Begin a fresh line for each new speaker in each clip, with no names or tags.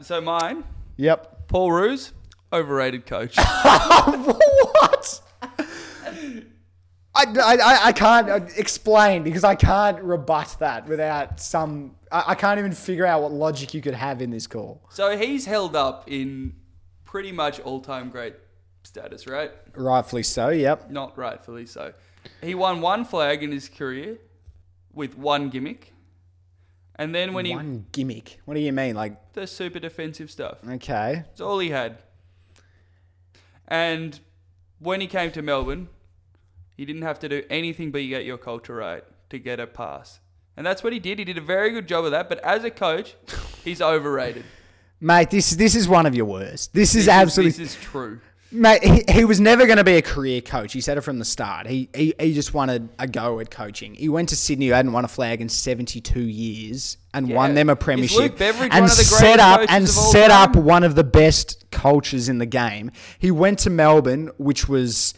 so mine,
Yep.
Paul Ruse, overrated coach.
what? I, I, I- I can't uh, explain because I can't rebut that without some. I, I can't even figure out what logic you could have in this call.
so he's held up in pretty much all-time great status, right?
Rightfully so, yep.
Not rightfully so. He won one flag in his career with one gimmick, and then when he
One gimmick. What do you mean? Like,
the super defensive stuff.
okay.
That's all he had. And when he came to Melbourne, he didn't have to do anything but get your culture right to get a pass. And that's what he did. He did a very good job of that. But as a coach, he's overrated.
Mate, this, this is one of your worst. This is
This is-
absolutely.
This is true.
Mate, he, he was never going to be a career coach. He said it from the start. He, he he just wanted a go at coaching. He went to Sydney, who hadn't won a flag in seventy two years, and won
Yeah.
them a
Is
premiership,
Luke Beveridge
and
one of the
set
greatest
up
coaches
and
of all
set up
time?
one of the best cultures in the game. He went to Melbourne, which was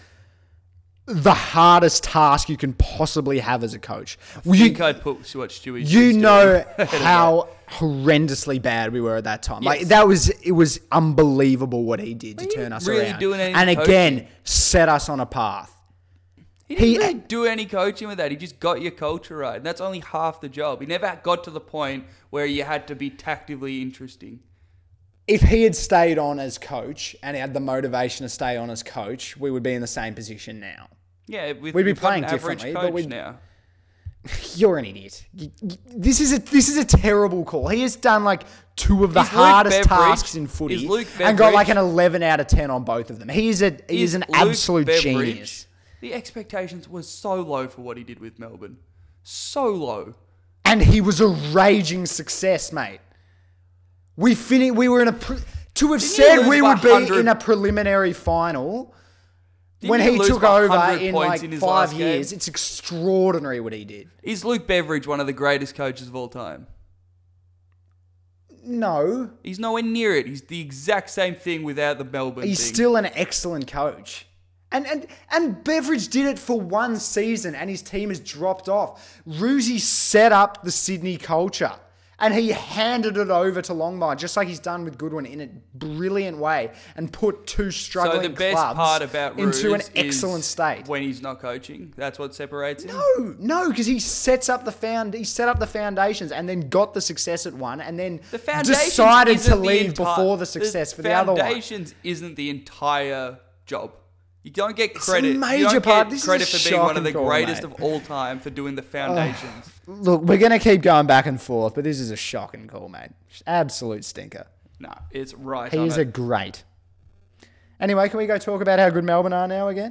the hardest task you can possibly have as a coach. Well,
I
you-
think I'd put what Stewie.
you
is
know
doing.
how horrendously bad we were at that time. Like
Yes.
that was it was unbelievable what he did to turn
didn't
us
really
around.
do anything
and
coaching.
again, set us on a path.
He didn't
he-
really do any coaching with that. He just got your culture right. And that's only half the job. He never got to the point where you had to be tactically interesting.
If he had stayed on as coach and had the motivation to stay on as coach, we would be in the same position now.
Yeah, with,
We'd be
we've got
playing
an average
differently, but
coach
we'd-
now.
You're an idiot. You- you- This is a this is a terrible call. He has done like two of the
Is Luke
hardest
Beveridge-
tasks in footy
is Luke
and got
Beveridge-
like an 11 out of 10 on both of them. He is a he is an
Luke
absolute
Beveridge-
genius.
The expectations were so low for what he did with Melbourne. So low.
and he was a raging success, mate. We fin- we were in a pre- to have
Didn't he
said
lose
we
by
would be
100?
in a preliminary final
Didn't
when he
lose
took
by
over
100
in
points
like
in his
five
last
years.
game?
It's extraordinary what he did.
Is Luke Beveridge one of the greatest coaches of all time?
No,
He's nowhere near it. He's the exact same thing without the Melbourne.
he's
thing.
still an excellent coach. And, and and Beveridge did it for one season and his team has dropped off. Roosie set up the Sydney culture and he handed it over to Longmire just like he's done with Goodwin in a brilliant way and put two
so
struggling
the best
clubs
part about
into an
Roos
excellent
is
state.
when he's not coaching. That's what separates him.
No, no, because he sets up the found he set up the foundations and then got the success at one and then
The foundation
decided to leave before the success for the other one.
Foundations isn't the entire job. You don't get
a
credit. you
major
don't
part.
Get
This is a
credit for being one of the
shocking call,
greatest
mate.
of all time for doing the foundations.
Look, we're gonna keep going back and forth, but this is a shocking call, mate. Absolute stinker.
no, it's right.
He
on
is
it.
a great. Anyway, can we go talk about how good Melbourne are now again?